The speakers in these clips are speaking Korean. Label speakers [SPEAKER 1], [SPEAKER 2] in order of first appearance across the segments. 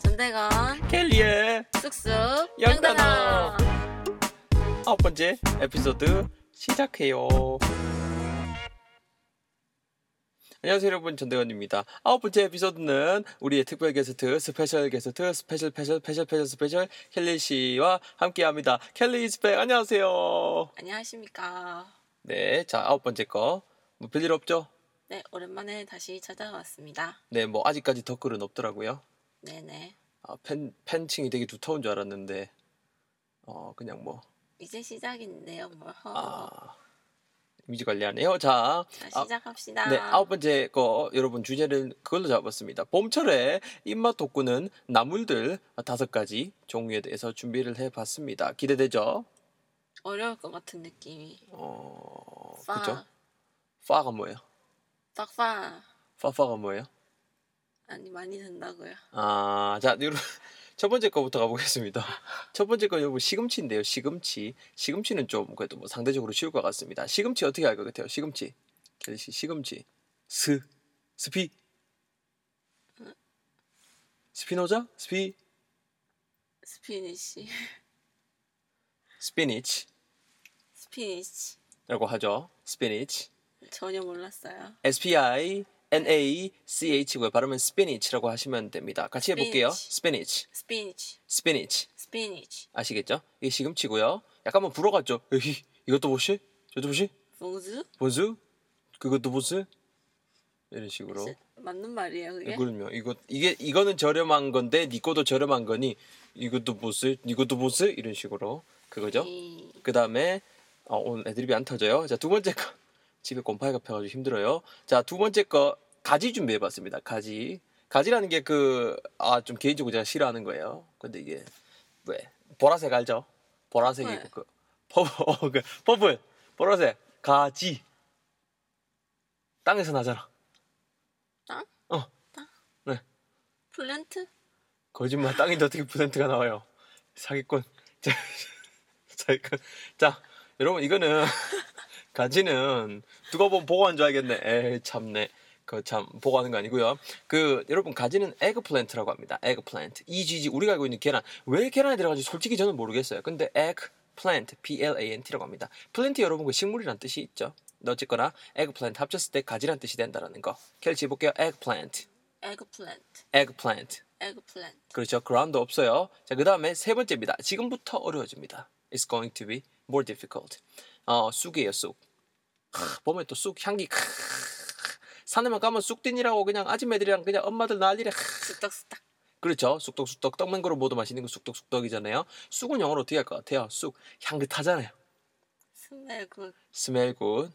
[SPEAKER 1] 전대건
[SPEAKER 2] 켈리의
[SPEAKER 1] 쑥쑥 영단어
[SPEAKER 2] 영단어. 아홉 번째 에피소드 시작해요. 안녕하세요 여러분 전대건입니다. 아홉 번째 에피소드는 우리의 특별 게스트 스페셜 게스트 스페셜 스페셜 스페셜 스페셜 스페셜 켈리 씨와 함께합니다. 켈리 스펙 안녕하세요.
[SPEAKER 1] 안녕하십니까
[SPEAKER 2] 네, 자 아홉 번째 거뭐 별일 없죠?
[SPEAKER 1] 네 오랜만에 다시 찾아왔습니다
[SPEAKER 2] 네, 뭐 아직까지 댓글은 없더라고요.
[SPEAKER 1] 네네
[SPEAKER 2] 아, 팬 팬층이 되게 두터운 줄 알았는데 어 그냥 뭐
[SPEAKER 1] 이제 시작인데요 뭐
[SPEAKER 2] 아. 이미지 관리하네요. 자,
[SPEAKER 1] 자
[SPEAKER 2] 아,
[SPEAKER 1] 시작합시다
[SPEAKER 2] 네, 아홉 번째 거 여러분 주제를 그걸로 잡았습니다. 봄철에 입맛 돋구는 나물들 다섯 가지 종류에 대해서 준비를 해봤습니다. 기대되죠?
[SPEAKER 1] 어려울 것 같은 느낌이
[SPEAKER 2] 어, 그죠?
[SPEAKER 1] 파
[SPEAKER 2] 파가 뭐예요?
[SPEAKER 1] 딱파
[SPEAKER 2] 파파가 뭐예요?
[SPEAKER 1] 아니 많이 든다고요
[SPEAKER 2] 아, 자, 여러분 첫 번째 거부터 가보겠습니다. 첫 번째 거 여러분 시금치인데요. 시금치, 시금치는 좀 그래도 뭐 상대적으로 쉬울 것 같습니다. 시금치 어떻게 알 것 같아요? 시금치, 켈리 씨, 시금치, 스, 스피, 스피노자, 스피,
[SPEAKER 1] 스피니쉬
[SPEAKER 2] 스피니치라고
[SPEAKER 1] 스피니쉬
[SPEAKER 2] 하죠. 스피니치.
[SPEAKER 1] 전혀 몰랐어요
[SPEAKER 2] S P I N A C H고요. 발음은 스피니치라고 하시면 됩니다. 같이 해볼게요. 스피니치,
[SPEAKER 1] 스피니쉬
[SPEAKER 2] 스피니치.
[SPEAKER 1] 스피니쉬
[SPEAKER 2] 아시겠죠? 이게 시금치고요. 약간 만 불어 같죠? 에이, 이것도 보시? 저것도 보시?
[SPEAKER 1] 봉수?
[SPEAKER 2] 보스? 그것도 보스? 이런 식으로.
[SPEAKER 1] 맞는 말이에요 그게?
[SPEAKER 2] 그럼요. 이거 이게 이거는 저렴한 건데 니 거도 저렴한 거니 이것도 보스? 이것도 보스? 이런 식으로 그거죠.
[SPEAKER 1] 이-
[SPEAKER 2] 그 다음에 어, 오늘 애드립이 안 터져요. 자 두 번째 거 집에 곰팡이가 펴가지고 힘들어요. 자 두 번째 거 가지 준비해봤습니다. 가지 가지라는 게 그 아 좀 개인적으로 제가 싫어하는 거예요. 근데 이게 왜 보라색 알죠? 보라색이고 그 퍼블 어, 그 퍼블 보라색 가지 땅에서 나잖아.
[SPEAKER 1] 땅?
[SPEAKER 2] 어
[SPEAKER 1] 플랜트?
[SPEAKER 2] 거짓말 땅인데 어떻게 퍼센트가 나와요? 사기꾼. 자, 사기꾼. 자, 여러분 이거는 가지는 누가 보면 보고한 줄 알겠네. 에이 참네. 그 참 보고하는 거 아니고요. 그 여러분 가지는 에그플랜트라고 합니다. 에그플랜트. EGG 우리가 알고 있는 계란. 왜 계란에 들어가는지 솔직히 저는 모르겠어요. 근데 에그플랜트, P-L-A-N-T라고 합니다. 플랜트 여러분 그 식물이란 뜻이 있죠. 근데 어쨌거나 에그플랜트 합쳤을 때 가지란 뜻이 된다라는 거. 켈치 해볼게요. 에그플랜트,
[SPEAKER 1] 에그플랜트
[SPEAKER 2] 에그플랜트.
[SPEAKER 1] 에그플랜트
[SPEAKER 2] 그렇죠. 그라운드 없어요. 자, 그 다음에 세 번째입니다. 지금부터 어려워집니다. It's going to be more difficult. 어, 쑥이에요, 쑥. 크, 봄에 또 쑥 향기. 크. 산에만 가면 쑥din이라고 그냥 아줌매들이랑 그냥 엄마들 난리래. 크.
[SPEAKER 1] 스떡스떡
[SPEAKER 2] 그렇죠. 쑥떡쑥떡 떡맹그로 모두 마시는 거 쑥떡쑥떡이잖아요. 쑥은 영어로 어떻게 할 것 같아요? 쑥 향긋하잖아요.
[SPEAKER 1] 스멜굿 그
[SPEAKER 2] 스멜 굿.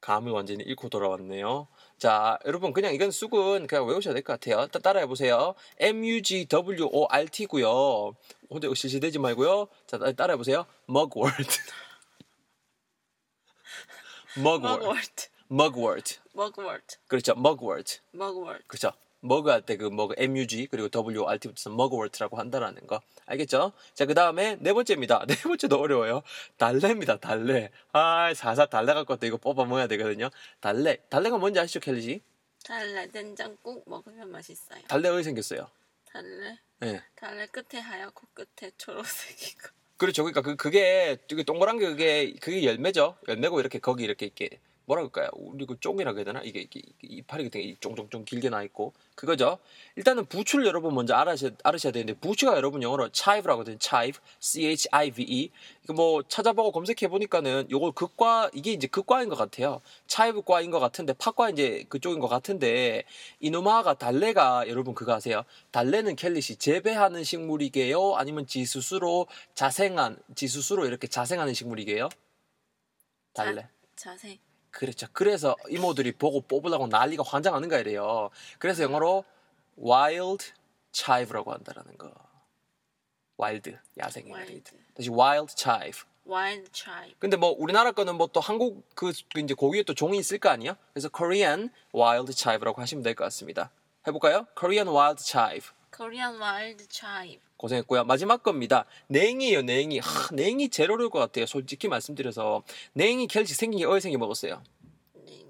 [SPEAKER 2] 감을 완전히 잃고 돌아왔네요. 자, 여러분 그냥 이건 쑥은 그냥 외우셔야 될 것 같아요. 따, 따라해 보세요. M U G W O R T고요. 혼자 실시되지 말고요. 자, 따라해 보세요. Mugwort. Mugwort.
[SPEAKER 1] 머그월트
[SPEAKER 2] Mugwort.
[SPEAKER 1] 머그월트
[SPEAKER 2] 그렇죠. Mugwort.
[SPEAKER 1] 머그월트
[SPEAKER 2] 그렇죠. 머그 할 때그 머그 MUG 그리고 WRT 붙여서 머그월트라고 한다라는 거 알겠죠? 자 그 다음에 네 번째입니다. 네 번째도 어려워요. 달래입니다. 달래. 아 사사 달래 갖고 왔다 이거 뽑아 먹어야 되거든요. 달래. 달래가 뭔지 아시죠, 켈리지?
[SPEAKER 1] 달래 된장국 먹으면 맛있어요
[SPEAKER 2] 달래 어디 생겼어요?
[SPEAKER 1] 달래
[SPEAKER 2] 예.
[SPEAKER 1] 달래 끝에 하얗고 끝에 초록색이고
[SPEAKER 2] 그렇죠. 그러니까 그 그게 이게 동그란 게 그게 그게 열매죠. 열매고 이렇게 거기 이렇게 이렇게 뭐라 그럴까요? 우리 그 쫑이라고 해야 되나? 이게, 이게 이게 이파리 되게 쫑쫑쫑 길게 나 있고 그거죠. 일단은 부추를 여러분 먼저 알아셔 알으셔야 되는데 부추가 여러분 영어로 chive라고 하거든요. chive, c h i v e. 이거 뭐 찾아보고 검색해 보니까는 요거 극과 이게 이제 극과인 것 같아요. chive과인 것 같은데 파과 이제 그쪽인 것 같은데 이노마가 달래가 여러분 그거 아세요? 달래는 켈리시 재배하는 식물이게요? 아니면 지 스스로 자생한 지 스스로 이렇게 자생하는 식물이게요? 달래.
[SPEAKER 1] 자, 자세
[SPEAKER 2] 그렇죠. 그래서 이모들이 보고 뽑으려고 난리가 환장하는가 이래요. 그래서 영어로 wild chive라고 한다라는 거. wild 야생이
[SPEAKER 1] Wild.
[SPEAKER 2] 다시 wild chive.
[SPEAKER 1] 와일드 트라이브
[SPEAKER 2] 근데 뭐 우리나라 거는 뭐 또 한국 그 이제 고기에 또 종이 있을 거 아니야? 그래서 Korean wild chive라고 하시면 될 것 같습니다. 해볼까요? Korean wild chive.
[SPEAKER 1] 코리안 와일드 트라이브
[SPEAKER 2] 고생했고요. 마지막 겁니다. 냉이에요, 냉이. 하, 냉이 제로일 것 같아요. 솔직히 말씀드려서 냉이 결식 생긴 게 어디 생겨 먹었어요?
[SPEAKER 1] 네,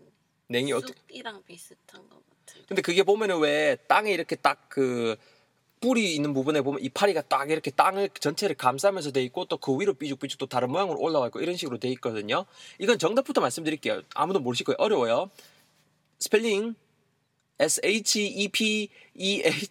[SPEAKER 2] 냉이 어떻게?
[SPEAKER 1] 쑥이랑 비슷한 것 같아요
[SPEAKER 2] 근데 그게 보면은 왜 땅에 이렇게 딱 그 뿌리 있는 부분에 보면 이파리가 딱 이렇게 땅을 전체를 감싸면서 돼 있고 또 그 위로 삐죽삐죽 또 다른 모양으로 올라와 있고 이런 식으로 돼 있거든요. 이건 정답부터 말씀드릴게요. 아무도 모르실 거예요. 어려워요. 스펠링 S H E P E H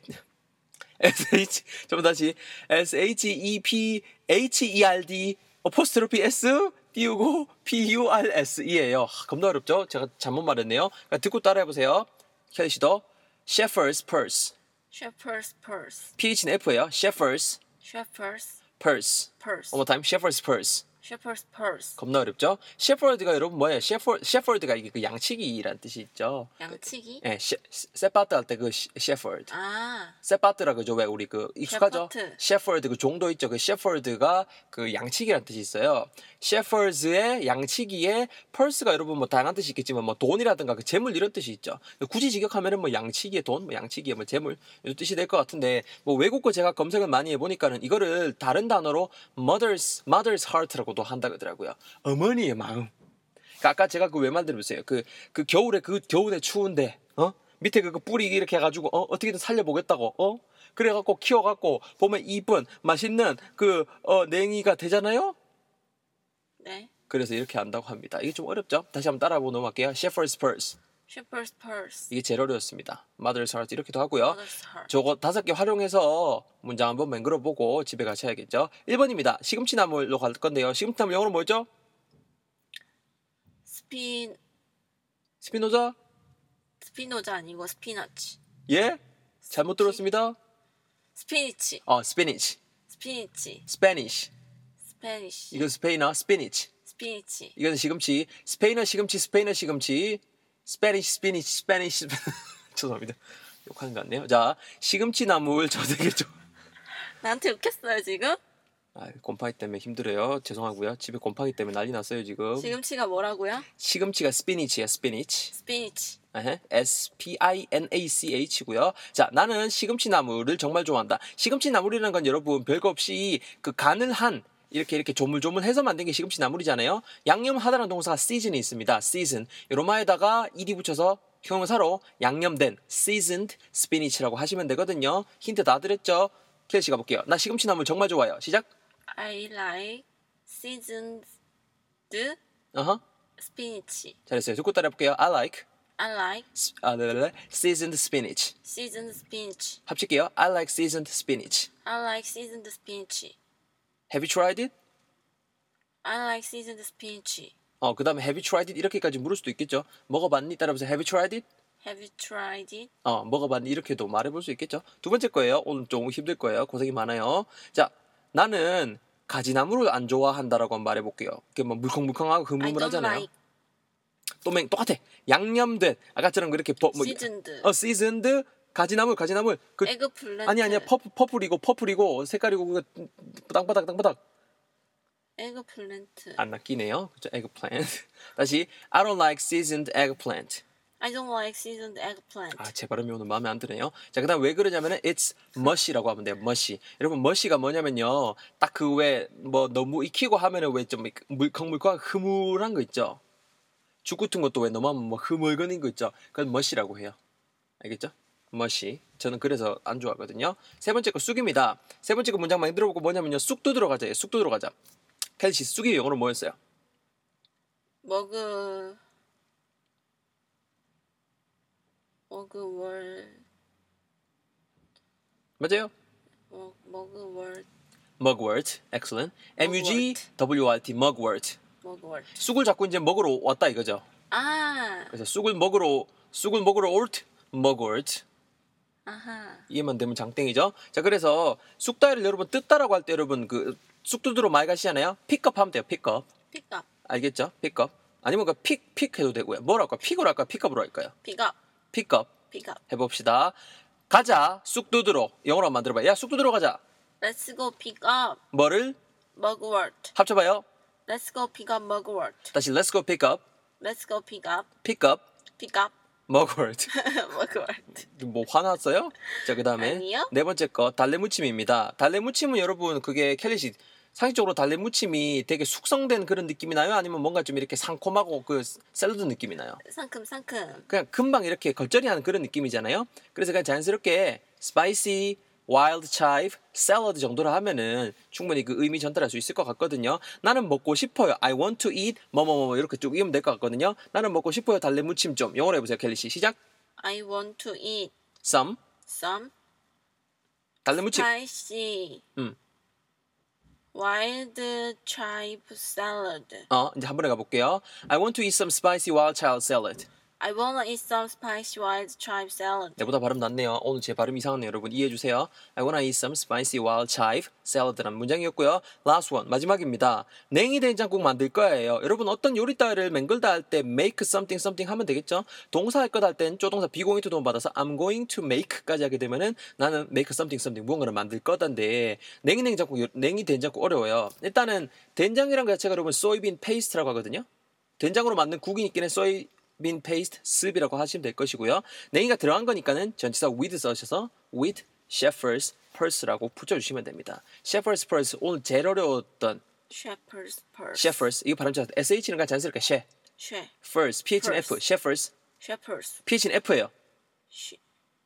[SPEAKER 2] S H 좀 다시 S H E P H E R D 어포스트로피 S 띄우고 P U R S E예요. 겁나 어렵죠? 제가 잘못 말했네요. 그러니까 듣고 따라해 보세요. 현 씨도 Shepherd's Purse.
[SPEAKER 1] Shepherd's purse.
[SPEAKER 2] PH는 F예요. Shepherd's
[SPEAKER 1] Shepherd's
[SPEAKER 2] Purse.
[SPEAKER 1] purse.
[SPEAKER 2] One more time. Shepherd's Purse.
[SPEAKER 1] Shepherd's purse.
[SPEAKER 2] 겁나 어렵죠? Shepherd가 여러분 뭐예요? Shepherd, Shepherd가 이게 그 양치기란 뜻이 있죠.
[SPEAKER 1] 양치기.
[SPEAKER 2] 예, 셰- 세파트 할 때 그 Shepherd.
[SPEAKER 1] 아,
[SPEAKER 2] 세파트라 그죠? 왜 우리 그 익숙하죠?
[SPEAKER 1] 셰퍼드.
[SPEAKER 2] 셰퍼드 그 종도 있죠. 그 셰퍼드가 그 양치기란 뜻이 있어요. 셰퍼즈의 양치기에 펄스가 여러분 뭐 다양한 뜻이 있겠지만 뭐 돈이라든가 그 재물 이런 뜻이 있죠. 굳이 직역하면은 뭐 양치기의 돈, 뭐 양치기의 뭐 재물 이런 뜻이 될 것 같은데 뭐 외국어 제가 검색을 많이 해보니까는 이거를 다른 단어로 mother's mother's heart라고도 한다 그러더라고요. 어머니의 마음. 그러니까 아까 제가 그 왜 만들었어요? 그, 그 겨울에 그 겨울에 추운데 어 밑에 그, 그 뿌리 이렇게 해가지고 어 어떻게든 살려보겠다고 어 그래갖고 키워갖고 보면 이쁜 맛있는 그어 냉이가 되잖아요.
[SPEAKER 1] 네.
[SPEAKER 2] 그래서 이렇게 한다고 합니다. 이게 좀 어렵죠? 다시 한번 따라보고 넘어갈게요. Shepherd's Purse
[SPEAKER 1] Shepherd's purse.
[SPEAKER 2] 이게 제일 어려웠습니다. Mother's Heart 이렇게도 하고요.
[SPEAKER 1] Mother's heart.
[SPEAKER 2] 저거 다섯 개 활용해서 문장 한번 맹글어 보고 집에 가셔야겠죠. 1번입니다. 시금치나물로 갈 건데요. 시금치나물 영어로 뭐였죠?
[SPEAKER 1] 스피
[SPEAKER 2] 스피노자?
[SPEAKER 1] 스피노자 아니고 스피너치.
[SPEAKER 2] 예? 잘못 들었습니다.
[SPEAKER 1] 스피니치.
[SPEAKER 2] 어, 스피니치.
[SPEAKER 1] 스피니치.
[SPEAKER 2] 스페니쉬
[SPEAKER 1] 스페니쉬.
[SPEAKER 2] 이건 스페인어 스피니치
[SPEAKER 1] 스피니치.
[SPEAKER 2] 이건 시금치 스페인어 시금치 스페인어 시금치 스페니쉬 스피니치 스페니쉬 죄송합니다 욕하는 거 같네요 자 시금치 나물 저 되게
[SPEAKER 1] 나한테 웃겼어요 지금?
[SPEAKER 2] 좀아 곰팡이 때문에 힘들어요 죄송하고요 집에 곰팡이 때문에 난리 났어요 지금
[SPEAKER 1] 시금치가 뭐라고요?
[SPEAKER 2] 시금치가 스피니치야 스피니치
[SPEAKER 1] 스피니치.
[SPEAKER 2] S P I N A C H고요. 자, 나는 시금치 나물을 정말 좋아한다. 시금치 나물이라는 건 여러분 별거 없이 그 간을 한 이렇게 이렇게 조물조물해서 만든 게 시금치 나물이잖아요. 양념하다라는 동사가 season이 있습니다. season. 로마에다가 ed 붙여서 형용사로 양념된 seasoned spinach라고 하시면 되거든요. 힌트 다 드렸죠? 케이 씨가 볼게요. 나 시금치 나물 정말 좋아요. 시작.
[SPEAKER 1] I like seasoned
[SPEAKER 2] 어허.
[SPEAKER 1] spinach.
[SPEAKER 2] 잘했어요. 듣고 따라 볼게요. I like
[SPEAKER 1] I like
[SPEAKER 2] s- 아, 네네네. seasoned spinach.
[SPEAKER 1] seasoned spinach.
[SPEAKER 2] 합칠게요. I like seasoned spinach.
[SPEAKER 1] I like seasoned spinach.
[SPEAKER 2] Have you tried it?
[SPEAKER 1] I like seasoned spinach.
[SPEAKER 2] 어, 그 다음에 have you tried it? 이렇게까지 물을 수도 있겠죠. 먹어봤니? 따라서 have you tried it?
[SPEAKER 1] Have you tried it?
[SPEAKER 2] 어, 먹어봤니? 이렇게도 말해볼 수 있겠죠. 두 번째 거예요. 오늘 좀 힘들 거예요. 고생이 많아요. 자, 나는 가지나무를 안 좋아한다라고 한번 말해볼게요. 그게 뭐
[SPEAKER 1] I
[SPEAKER 2] 물컹물컹하고
[SPEAKER 1] don't
[SPEAKER 2] 흐물흐물하잖아요.
[SPEAKER 1] like
[SPEAKER 2] 또맹 똑같아. 양념된 아까처럼 그렇게 버, 뭐,
[SPEAKER 1] seasoned.
[SPEAKER 2] 어, 시즌드 가지나물 가지나물 그
[SPEAKER 1] 에그플랜트.
[SPEAKER 2] 아니 아니야 퍼플 퍼플이고 퍼플이고 색깔이고 그 땅바닥 땅바닥
[SPEAKER 1] 에그플랜트.
[SPEAKER 2] 안 낚이네요. 그죠? eggplant. 다시 I don't like seasoned eggplant.
[SPEAKER 1] I don't like seasoned eggplant.
[SPEAKER 2] 아, 제 발음이 오늘 마음에 안 드네요. 자, 그다음 왜 그러냐면은 it's mushy라고 하면 돼요. mushy. 여러분 mushy가 뭐냐면요. 딱 그 왜 뭐 너무 익히고 하면은 왜 좀 물컹물컹 흐물한 거 있죠. 죽 같은 것도 왜 너무 하면 뭐 흐물거린 거 있죠. 그건 mushy라고 해요. 알겠죠? mushy. 저는 그래서 안 좋아하거든요. 세 번째 거 쑥입니다. 세 번째 거 문장 많이 들어보고 뭐냐면요. 쑥도 들어가자. 예, 쑥도 들어가자. 켈시 쑥이 영어로 뭐였어요?
[SPEAKER 1] 머그 머그 월
[SPEAKER 2] 맞아요?
[SPEAKER 1] 머- 머그 월
[SPEAKER 2] mugwort. excellent. M U G W R T mugwort.
[SPEAKER 1] 머그 월.
[SPEAKER 2] 쑥을 자꾸 이제 먹으러 왔다 이거죠.
[SPEAKER 1] 아
[SPEAKER 2] 그래서 쑥을 먹으러 쑥을 먹으러 올트 먹을트
[SPEAKER 1] 아하
[SPEAKER 2] 이해만 되면 장땡이죠. 자 그래서 쑥 따위를 여러분 뜯다라고 할 때 여러분 그 쑥두드러 많이 가시잖아요. 픽업 하면 돼요. 픽업
[SPEAKER 1] 픽업
[SPEAKER 2] 알겠죠? 픽업 아니면 그픽픽 해도 되고요. 뭐로 할까? 픽으로 할까? 픽업으로 할까요?
[SPEAKER 1] 픽업
[SPEAKER 2] 픽업
[SPEAKER 1] 픽업.
[SPEAKER 2] 해봅시다. 가자 쑥두드러 영어로 한번 만들어봐. 야 쑥두드러 가자.
[SPEAKER 1] Let's go pick up
[SPEAKER 2] 뭐를
[SPEAKER 1] 머그 월.
[SPEAKER 2] 합쳐봐요.
[SPEAKER 1] Let's go pick up 머그 월.
[SPEAKER 2] 다시 Let's go pick up
[SPEAKER 1] Let's go pick up
[SPEAKER 2] pick up
[SPEAKER 1] pick up
[SPEAKER 2] 먹을트
[SPEAKER 1] 머그 월.
[SPEAKER 2] 뭐 화났어요? 자 그다음에
[SPEAKER 1] 아니요.
[SPEAKER 2] 네 번째 거 달래무침입니다. 달래무침은 여러분 그게 켈리시 상식적으로 달래 무침이 되게 숙성된 그런 느낌이 나요? 아니면 뭔가 좀 이렇게 상콤하고 그 샐러드 느낌이 나요?
[SPEAKER 1] 상큼 상큼.
[SPEAKER 2] 그냥 금방 이렇게 걸절이하는 그런 느낌이잖아요. 그래서 그냥 자연스럽게 스파이시, 와일드 차이브, 샐러드 정도로 하면은 충분히 그 의미 전달할 수 있을 것 같거든요. 나는 먹고 싶어요. I want to eat 뭐뭐뭐 이렇게 쭉 이으면 될 것 같거든요. 나는 먹고 싶어요. 달래 무침 좀 영어로 해보세요. 켈리 씨 시작.
[SPEAKER 1] I want to eat
[SPEAKER 2] some
[SPEAKER 1] some
[SPEAKER 2] 달래 무침.
[SPEAKER 1] spicy
[SPEAKER 2] 음.
[SPEAKER 1] wild chive salad.
[SPEAKER 2] 어 이제 한 번에 가볼게요. I want to eat some spicy wild child salad.
[SPEAKER 1] I wanna eat some spicy wild chive salad.
[SPEAKER 2] 내보다 발음 낫네요. 오늘 제 발음 이상하네요. 여러분 이해해 주세요. I wanna eat some spicy wild chive salad라는 문장이었고요. Last one 마지막입니다. 냉이 된장국 만들 거예요. 여러분 어떤 요리 따위를 맹글다 할 때 make something something 하면 되겠죠? 동사 할 것 할 땐 조동사 비공이 투 도움 받아서 I'm going to make까지 하게 되면은 나는 make something something 무언가를 만들 거단데 냉이 된장국 요- 냉이 된장국 어려워요. 일단은 된장이란 것 자체가 여러분 soybean paste라고 하거든요. 된장으로 만든 국이 있기는 소이빈 페이스트 스프이라고 하시면 될 것이고요. 냉이가 들어간 거니까는 전치사 with 써셔서 with shepherd's purse라고 붙여주시면 됩니다. shepherd's purse 오늘 제일 어려웠던
[SPEAKER 1] Shepherd's purse.
[SPEAKER 2] shepherd's 이거 발음 잘 sh는 그냥 자연스럽게 she
[SPEAKER 1] She.
[SPEAKER 2] first ph는 f
[SPEAKER 1] Purse.
[SPEAKER 2] shepherd's
[SPEAKER 1] Shepherd's.
[SPEAKER 2] ph는 f예요.
[SPEAKER 1] She.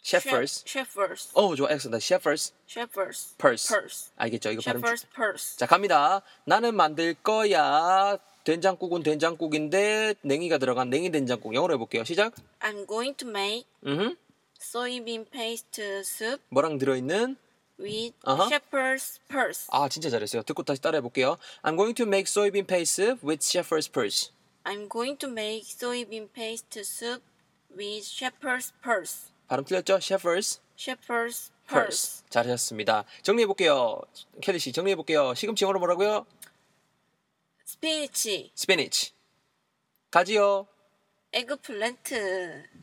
[SPEAKER 2] shepherd's
[SPEAKER 1] Shepherd's.
[SPEAKER 2] 어 좋아 엑스다 shepherd's
[SPEAKER 1] Shepherd's.
[SPEAKER 2] purse
[SPEAKER 1] Purse.
[SPEAKER 2] 알겠죠? 이거 발음 주-
[SPEAKER 1] Shepherd's purse.
[SPEAKER 2] 자 갑니다. 나는 만들 거야. 된장국은 된장국인데 냉이가 들어간 냉이 된장국 영어로 해볼게요. 시작.
[SPEAKER 1] I'm going to make
[SPEAKER 2] 음.
[SPEAKER 1] soybean paste soup
[SPEAKER 2] 뭐랑 들어있는
[SPEAKER 1] with
[SPEAKER 2] Uh-huh.
[SPEAKER 1] shepherd's purse.
[SPEAKER 2] 아 진짜 잘했어요. 듣고 다시 따라해 볼게요. I'm going to make soybean paste with shepherd's purse.
[SPEAKER 1] I'm going to make soybean paste soup with shepherd's purse.
[SPEAKER 2] 발음 틀렸죠? shepherd's
[SPEAKER 1] Shepherd's purse.
[SPEAKER 2] purse. 잘하셨습니다. 정리해 볼게요. 켈리 씨 정리해 볼게요. 시금치 영어로 뭐라고요?
[SPEAKER 1] Spinach.
[SPEAKER 2] spinach. 가지요.
[SPEAKER 1] Eggplant.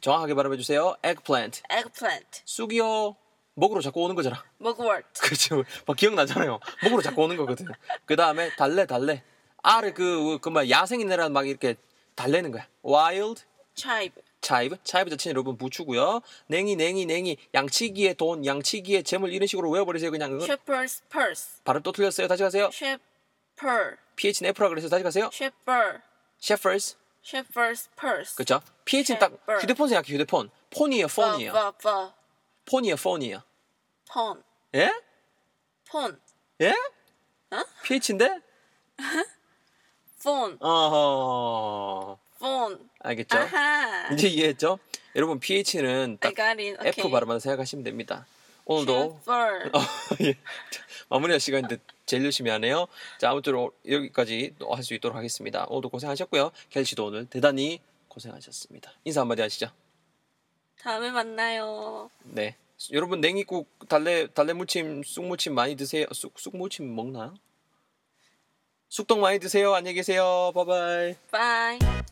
[SPEAKER 2] 정확하게 발음해 주세요. eggplant.
[SPEAKER 1] Eggplant.
[SPEAKER 2] 쑥이요. 먹으로 자꾸 오는 거잖아.
[SPEAKER 1] Mugwort.
[SPEAKER 2] 그렇죠. 막 기억나잖아요. 먹으로 자꾸 오는 거거든. 그 다음에 달래 달래. 알을 그그막 야생이네라 막 이렇게 달래는 거야. wild
[SPEAKER 1] Chive.
[SPEAKER 2] 차이브 차이브 자체는 여러분 부추고요. 냉이 냉이 냉이 양치기의 돈 양치기의 재물 이런 식으로 외워버리세요 그냥 그건
[SPEAKER 1] Shepherd's purse.
[SPEAKER 2] 발음 또 틀렸어요. 다시 가세요.
[SPEAKER 1] Shepherd.
[SPEAKER 2] PH는 F라 그래서 다시 가세요.
[SPEAKER 1] Shepherd.
[SPEAKER 2] Shepherds
[SPEAKER 1] Shepherd's purse.
[SPEAKER 2] 그렇죠. PH는 딱
[SPEAKER 1] Shepherd.
[SPEAKER 2] 휴대폰 생각해 휴대폰 폰이에요 폰이에요
[SPEAKER 1] 버, 버, 버.
[SPEAKER 2] 폰이에요 폰이에요.
[SPEAKER 1] 폰.
[SPEAKER 2] 예?
[SPEAKER 1] 폰.
[SPEAKER 2] 예?
[SPEAKER 1] 어?
[SPEAKER 2] PH인데?
[SPEAKER 1] 폰.
[SPEAKER 2] 어허
[SPEAKER 1] 폰.
[SPEAKER 2] 알겠죠?
[SPEAKER 1] 아하.
[SPEAKER 2] 이제 이해했죠? 여러분 PH는 딱
[SPEAKER 1] I got it. Okay.
[SPEAKER 2] F 발음만 생각하시면 됩니다. 오늘도
[SPEAKER 1] Shepherd.
[SPEAKER 2] 어, 예. 자, 마무리할 시간인데 제일 열심히 하네요. 자, 아무쪼록 여기까지 할 수 있도록 하겠습니다. 오늘도 고생하셨고요. 켈 씨도 오늘 대단히 고생하셨습니다. 인사 한마디 하시죠.
[SPEAKER 1] 다음에 만나요.
[SPEAKER 2] 네. 여러분 냉이국 달래 달래 무침 쑥 무침 많이 드세요. 쑥쑥 무침 먹나요? 쑥떡 많이 드세요. 안녕히 계세요. 바이바이.
[SPEAKER 1] Bye.